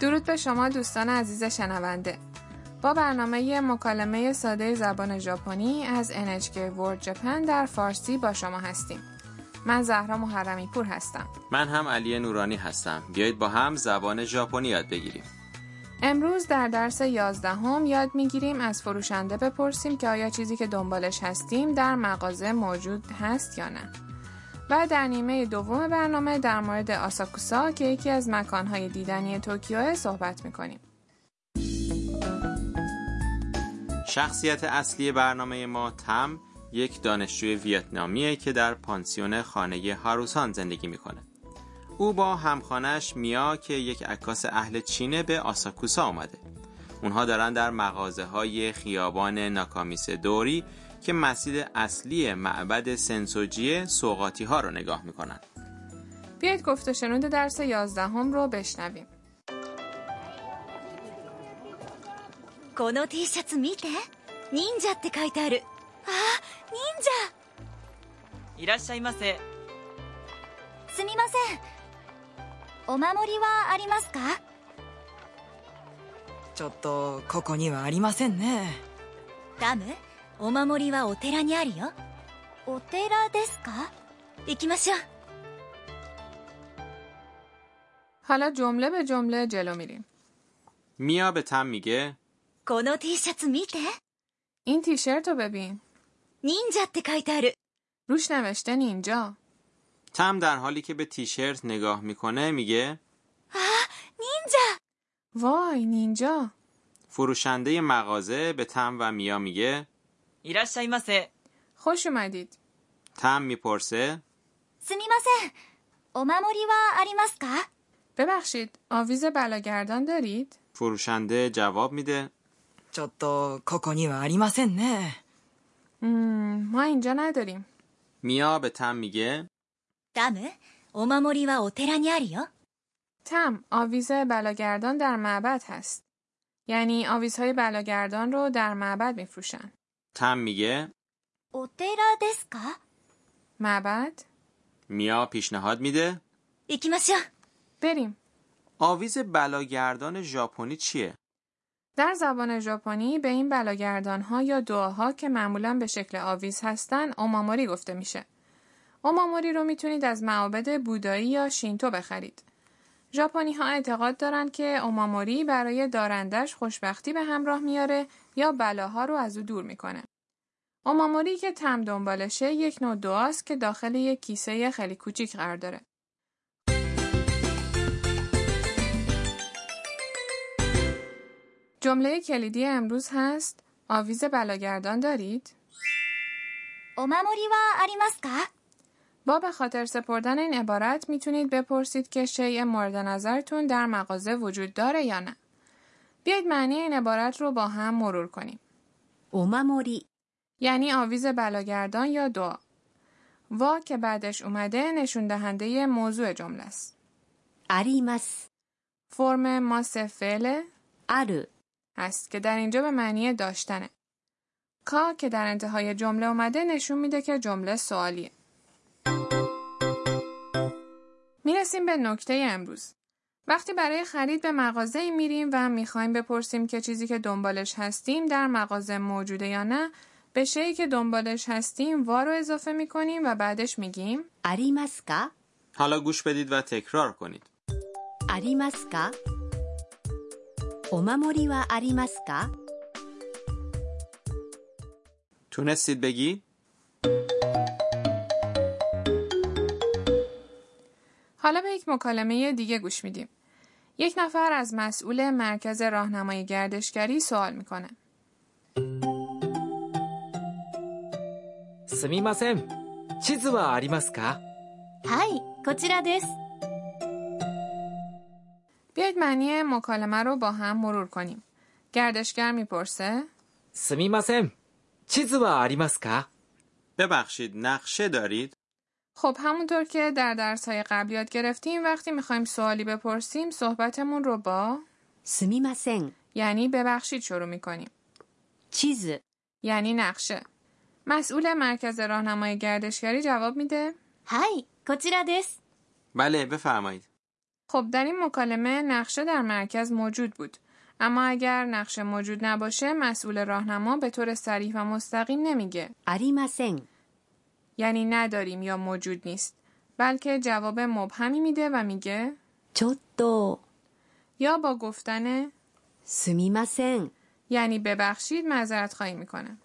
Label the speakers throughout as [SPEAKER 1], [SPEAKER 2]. [SPEAKER 1] درود به شما دوستان عزیز شنونده با برنامه مکالمه ساده زبان ژاپنی از NHK World Japan در فارسی با شما هستیم من زهرا محرمی پور هستم
[SPEAKER 2] من هم علی نورانی هستم بیایید با هم زبان ژاپنی یاد بگیریم
[SPEAKER 1] امروز در درس یازدهم یاد میگیریم از فروشنده بپرسیم که آیا چیزی که دنبالش هستیم در مغازه موجود هست یا نه و در نیمه دوم برنامه در مورد آساکوسا که یکی از مکانهای دیدنی توکیو صحبت میکنیم
[SPEAKER 2] شخصیت اصلی برنامه ما تم یک دانشجوی ویتنامیه که در پانسیون خانه هاروسان زندگی میکنه او با همخانش میا که یک عکاس اهل چینه به آساکوسا آمده اونها دارن در مغازه های خیابان ناکامیس دوری که مسجد اصلی معبد سنسوجیه سوقاتی ها رو نگاه میکنن
[SPEAKER 1] بیایید گفت و شنود درس یازدهم رو بشنویم
[SPEAKER 3] この T シャツ見て忍者って書いてあるあ忍
[SPEAKER 4] いらっしゃいませ
[SPEAKER 3] 者すみませんお守りはありますか
[SPEAKER 4] ちょっとここにはありませんね
[SPEAKER 3] ダムお守りはお寺にあるよお寺ですか行きましょう
[SPEAKER 1] حالا جمله به جمله جلو میریم
[SPEAKER 2] میا به تم میگه
[SPEAKER 3] この T シャツ見て
[SPEAKER 1] این تیشرت رو ببین
[SPEAKER 3] 忍者って書いてある
[SPEAKER 1] روش نوشته نینجا
[SPEAKER 2] تم در حالی که به تیشرت نگاه میکنه میگه
[SPEAKER 3] 忍者
[SPEAKER 1] وای نینجا
[SPEAKER 2] فروشنده مغازه به تم و میا میگه
[SPEAKER 4] いらっしゃいませ
[SPEAKER 1] خوش اومدید
[SPEAKER 2] تم میپرسه
[SPEAKER 3] すみませんお守りはありますか
[SPEAKER 1] ببخشید آویز بلاگردان دارید
[SPEAKER 2] فروشنده جواب میده
[SPEAKER 4] ちょっとここにはありませんね
[SPEAKER 1] مم، ما اینجا نداریم
[SPEAKER 2] میا به تم میگه
[SPEAKER 3] ダムお守りはお寺にあるよ
[SPEAKER 1] تم آویز بلاگردان در معبد هست یعنی آویزهای بلاگردان رو در معبد میفروشن
[SPEAKER 2] تم میگه
[SPEAKER 3] お寺ですか
[SPEAKER 1] معبد
[SPEAKER 2] میا پیشنهاد میده
[SPEAKER 3] 行きましょう
[SPEAKER 1] بریم
[SPEAKER 2] آویز بلاگردان ژاپنی چیه
[SPEAKER 1] در زبان ژاپنی به این بلاگردان ها یا دعاها که معمولا به شکل آویز هستن اوماموری گفته میشه. اوماموری رو میتونید از معابد بودایی یا شینتو بخرید. ژاپنی ها اعتقاد دارن که اوماموری برای دارندش خوشبختی به همراه میاره یا بلاها رو از او دور میکنه. اوماموری که تم دنبالشه یک نوع دعاست که داخل یک کیسه خیلی کوچیک قرار داره. جمله کلیدی امروز هست آویز بلاگردان دارید؟
[SPEAKER 3] お守りはありますか
[SPEAKER 1] با به خاطر سپردن این عبارت میتونید بپرسید که شیء مورد نظرتون در مغازه وجود داره یا نه. بیایید معنی این عبارت رو با هم مرور کنیم.
[SPEAKER 3] お守り
[SPEAKER 1] یعنی آویز بلاگردان یا دعا. وا که بعدش اومده نشون دهنده موضوع جمله است.
[SPEAKER 3] あります。
[SPEAKER 1] فرم ماس فعل
[SPEAKER 3] ある。
[SPEAKER 1] هست که در اینجا به معنی داشتنه. کا که در انتهای جمله اومده نشون میده که جمله سوالیه. میرسیم به نکته امروز. وقتی برای خرید به مغازه میریم و میخوایم بپرسیم که چیزی که دنبالش هستیم در مغازه موجوده یا نه به شیی که دنبالش هستیم وا رو اضافه میکنیم و بعدش میگیم
[SPEAKER 3] ありますか
[SPEAKER 2] حالا گوش بدید و تکرار کنید
[SPEAKER 3] ありますかお守りはありますか
[SPEAKER 2] تونستید بگی
[SPEAKER 1] حالا به یک مکالمه دیگه گوش میدیم. یک نفر از مسئول مرکز راهنمای گردشگری سوال میکنه.
[SPEAKER 5] すみません地図はありますか
[SPEAKER 3] はい、こちらです。
[SPEAKER 1] بیایید معنی مکالمه رو با هم مرور کنیم. گردشگر میپرسه
[SPEAKER 5] すみません地図はありますか
[SPEAKER 2] ببخشید نقشه دارید
[SPEAKER 1] خب همونطور که در درس های قبل یاد گرفتیم وقتی میخوایم سوالی بپرسیم صحبتمون رو با
[SPEAKER 3] すみません。
[SPEAKER 1] یعنی ببخشید شروع میکنیم
[SPEAKER 3] 地図。
[SPEAKER 1] یعنی نقشه مسئول مرکز راهنمای گردشگری جواب میده
[SPEAKER 3] はい、こちらです。
[SPEAKER 2] بله بفرمایید
[SPEAKER 1] خب در این مکالمه نقشه در مرکز موجود بود اما اگر نقشه موجود نباشه مسئول راهنما به طور صریح و مستقیم نمیگه
[SPEAKER 6] ありません
[SPEAKER 1] یعنی نداریم یا موجود نیست بلکه جواب مبهمی میده و میگه
[SPEAKER 6] ちょっと
[SPEAKER 1] یا با گفتن
[SPEAKER 6] すみません
[SPEAKER 1] یعنی ببخشید معذرت خواهی میکنه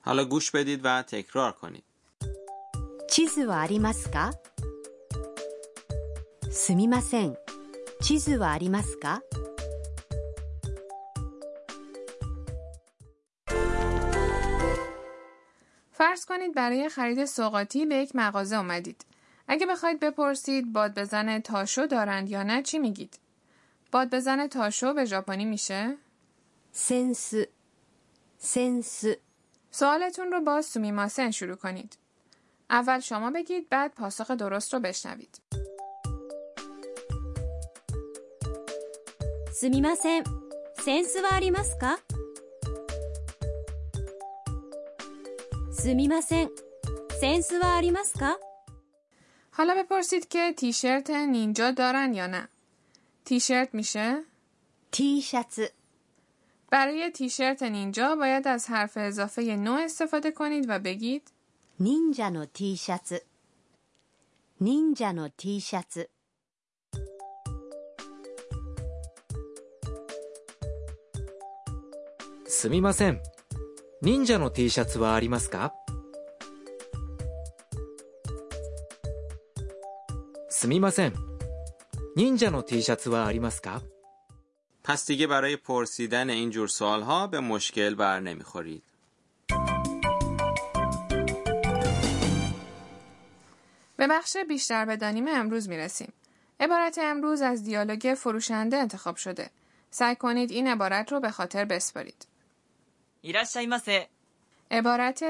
[SPEAKER 2] حالا گوش بدید و تکرار کنید
[SPEAKER 6] 地図はありますかすみません地図はありますか
[SPEAKER 1] فرض کنید برای خرید سوقاتی به یک مغازه اومدید اگه بخواید بپرسید باد بزن تاشو دارند یا نه چی میگید باد بزن تاشو به ژاپنی میشه
[SPEAKER 6] センスセンス
[SPEAKER 1] سوالتون رو با سومیماسن شروع کنید اول شما بگید بعد پاسخ درست رو بشنوید
[SPEAKER 6] すみませんセンスはありますかすみませんセンスはありますか
[SPEAKER 1] حالا بپرسید که تیشرت نینجا دارن یا نه تیشرت میشه
[SPEAKER 6] T シャツ
[SPEAKER 1] برای تیشرت نینجا باید از حرف اضافه نو استفاده کنید و بگید
[SPEAKER 6] 忍者の T シャツ忍者の T シャツ
[SPEAKER 5] すみません。忍者の T シャツはありますかすみません。忍者の T シャツはありますか
[SPEAKER 2] پس دیگه برای پرسیدن اینجور سوالها به مشکل بر نمیخورید
[SPEAKER 1] به بخش بیشتر بدانیم امروز میرسیم عبارت امروز از دیالوگ فروشنده انتخاب شده سعی کنید این عبارت رو به خاطر بسپارید
[SPEAKER 4] いらっしゃいませ。
[SPEAKER 1] عبارت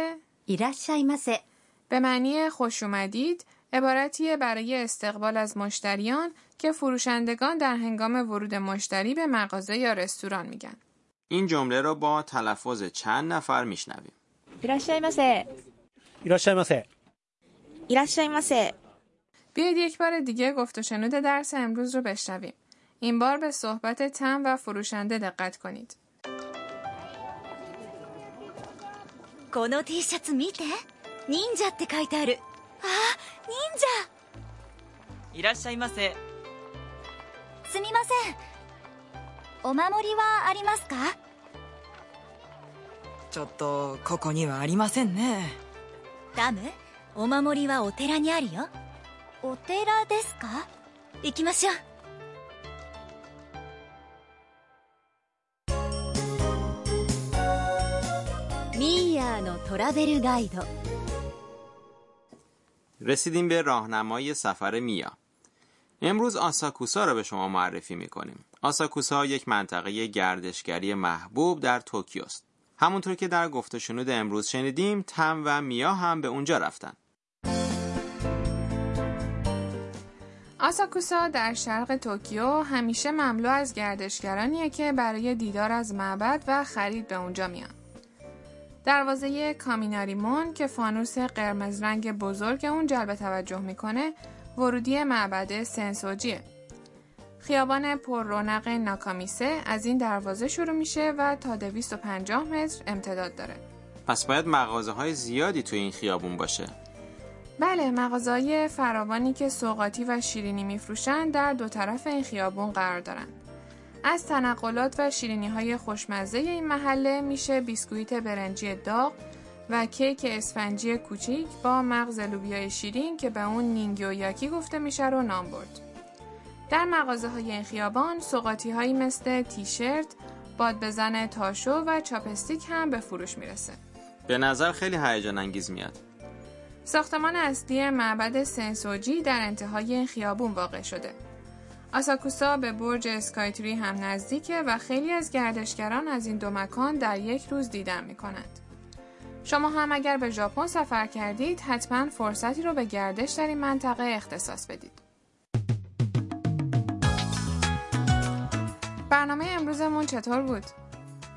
[SPEAKER 6] いらっしゃいませ
[SPEAKER 1] به معنی خوش اومدید عبارتیه برای استقبال از مشتریان که فروشندگان در هنگام ورود مشتری به مغازه یا رستوران میگن
[SPEAKER 2] این جمله را با تلفظ چند نفر میشنویم
[SPEAKER 7] いらっしゃいませ
[SPEAKER 8] いらっしゃいませ。
[SPEAKER 7] いらっしゃいませ
[SPEAKER 1] بیایید یک بار دیگه گفت و شنود درس امروز رو بشنویم این بار به صحبت تم و فروشنده دقت کنید
[SPEAKER 3] この T シャツ見て忍者って書いてあるあー忍者
[SPEAKER 4] いらっしゃいませ。
[SPEAKER 3] すみませんお守りはありますか
[SPEAKER 4] ちょっと、ここにはありませんね。
[SPEAKER 3] ダムお守りはお寺にあるよお寺ですか行きましょう
[SPEAKER 6] ミーヤーのトラベルガイド
[SPEAKER 2] رسیدیم به راهنمای سفر میا امروز آساکوسا را به شما معرفی میکنیم آساکوسا یک منطقه گردشگری محبوب در توکیو است همونطور که در گفت و شنود امروز شنیدیم تم و میا هم به اونجا رفتن
[SPEAKER 1] آساکوسا در شرق توکیو همیشه مملو از گردشگرانیه که برای دیدار از معبد و خرید به اونجا میان. دروازه کامیناریمون که فانوس قرمز رنگ بزرگ اون جلب توجه میکنه ورودی معبد سنسوجیه. خیابان پر رونق ناکامیسه از این دروازه شروع میشه و تا 250 متر امتداد داره.
[SPEAKER 2] پس باید مغازه های زیادی تو این خیابون باشه
[SPEAKER 1] بله مغازهای فراوانی که سوقاتی و شیرینی میفروشند در دو طرف این خیابون قرار دارند از تنقلات و شیرینی های خوشمزه این محله میشه بیسکویت برنجی داغ و کیک اسفنجی کوچیک با مغز لوبیای شیرین که به اون نینگیو یاکی گفته میشه رو نام برد. در مغازه های این خیابان سوقاتی هایی مثل تیشرت، باد بزن تاشو و چاپستیک هم به فروش میرسه.
[SPEAKER 2] به نظر خیلی هیجان انگیز میاد
[SPEAKER 1] ساختمان اصلی معبد سنسوجی در انتهای این خیابون واقع شده. آساکوسا به برج اسکایتری هم نزدیکه و خیلی از گردشگران از این دو مکان در یک روز دیدن می کنند. شما هم اگر به ژاپن سفر کردید حتما فرصتی رو به گردش در این منطقه اختصاص بدید. برنامه امروزمون چطور بود؟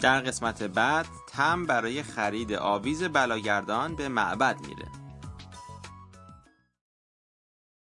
[SPEAKER 2] در قسمت بعد تم برای خرید آویز بلاگردان به معبد میره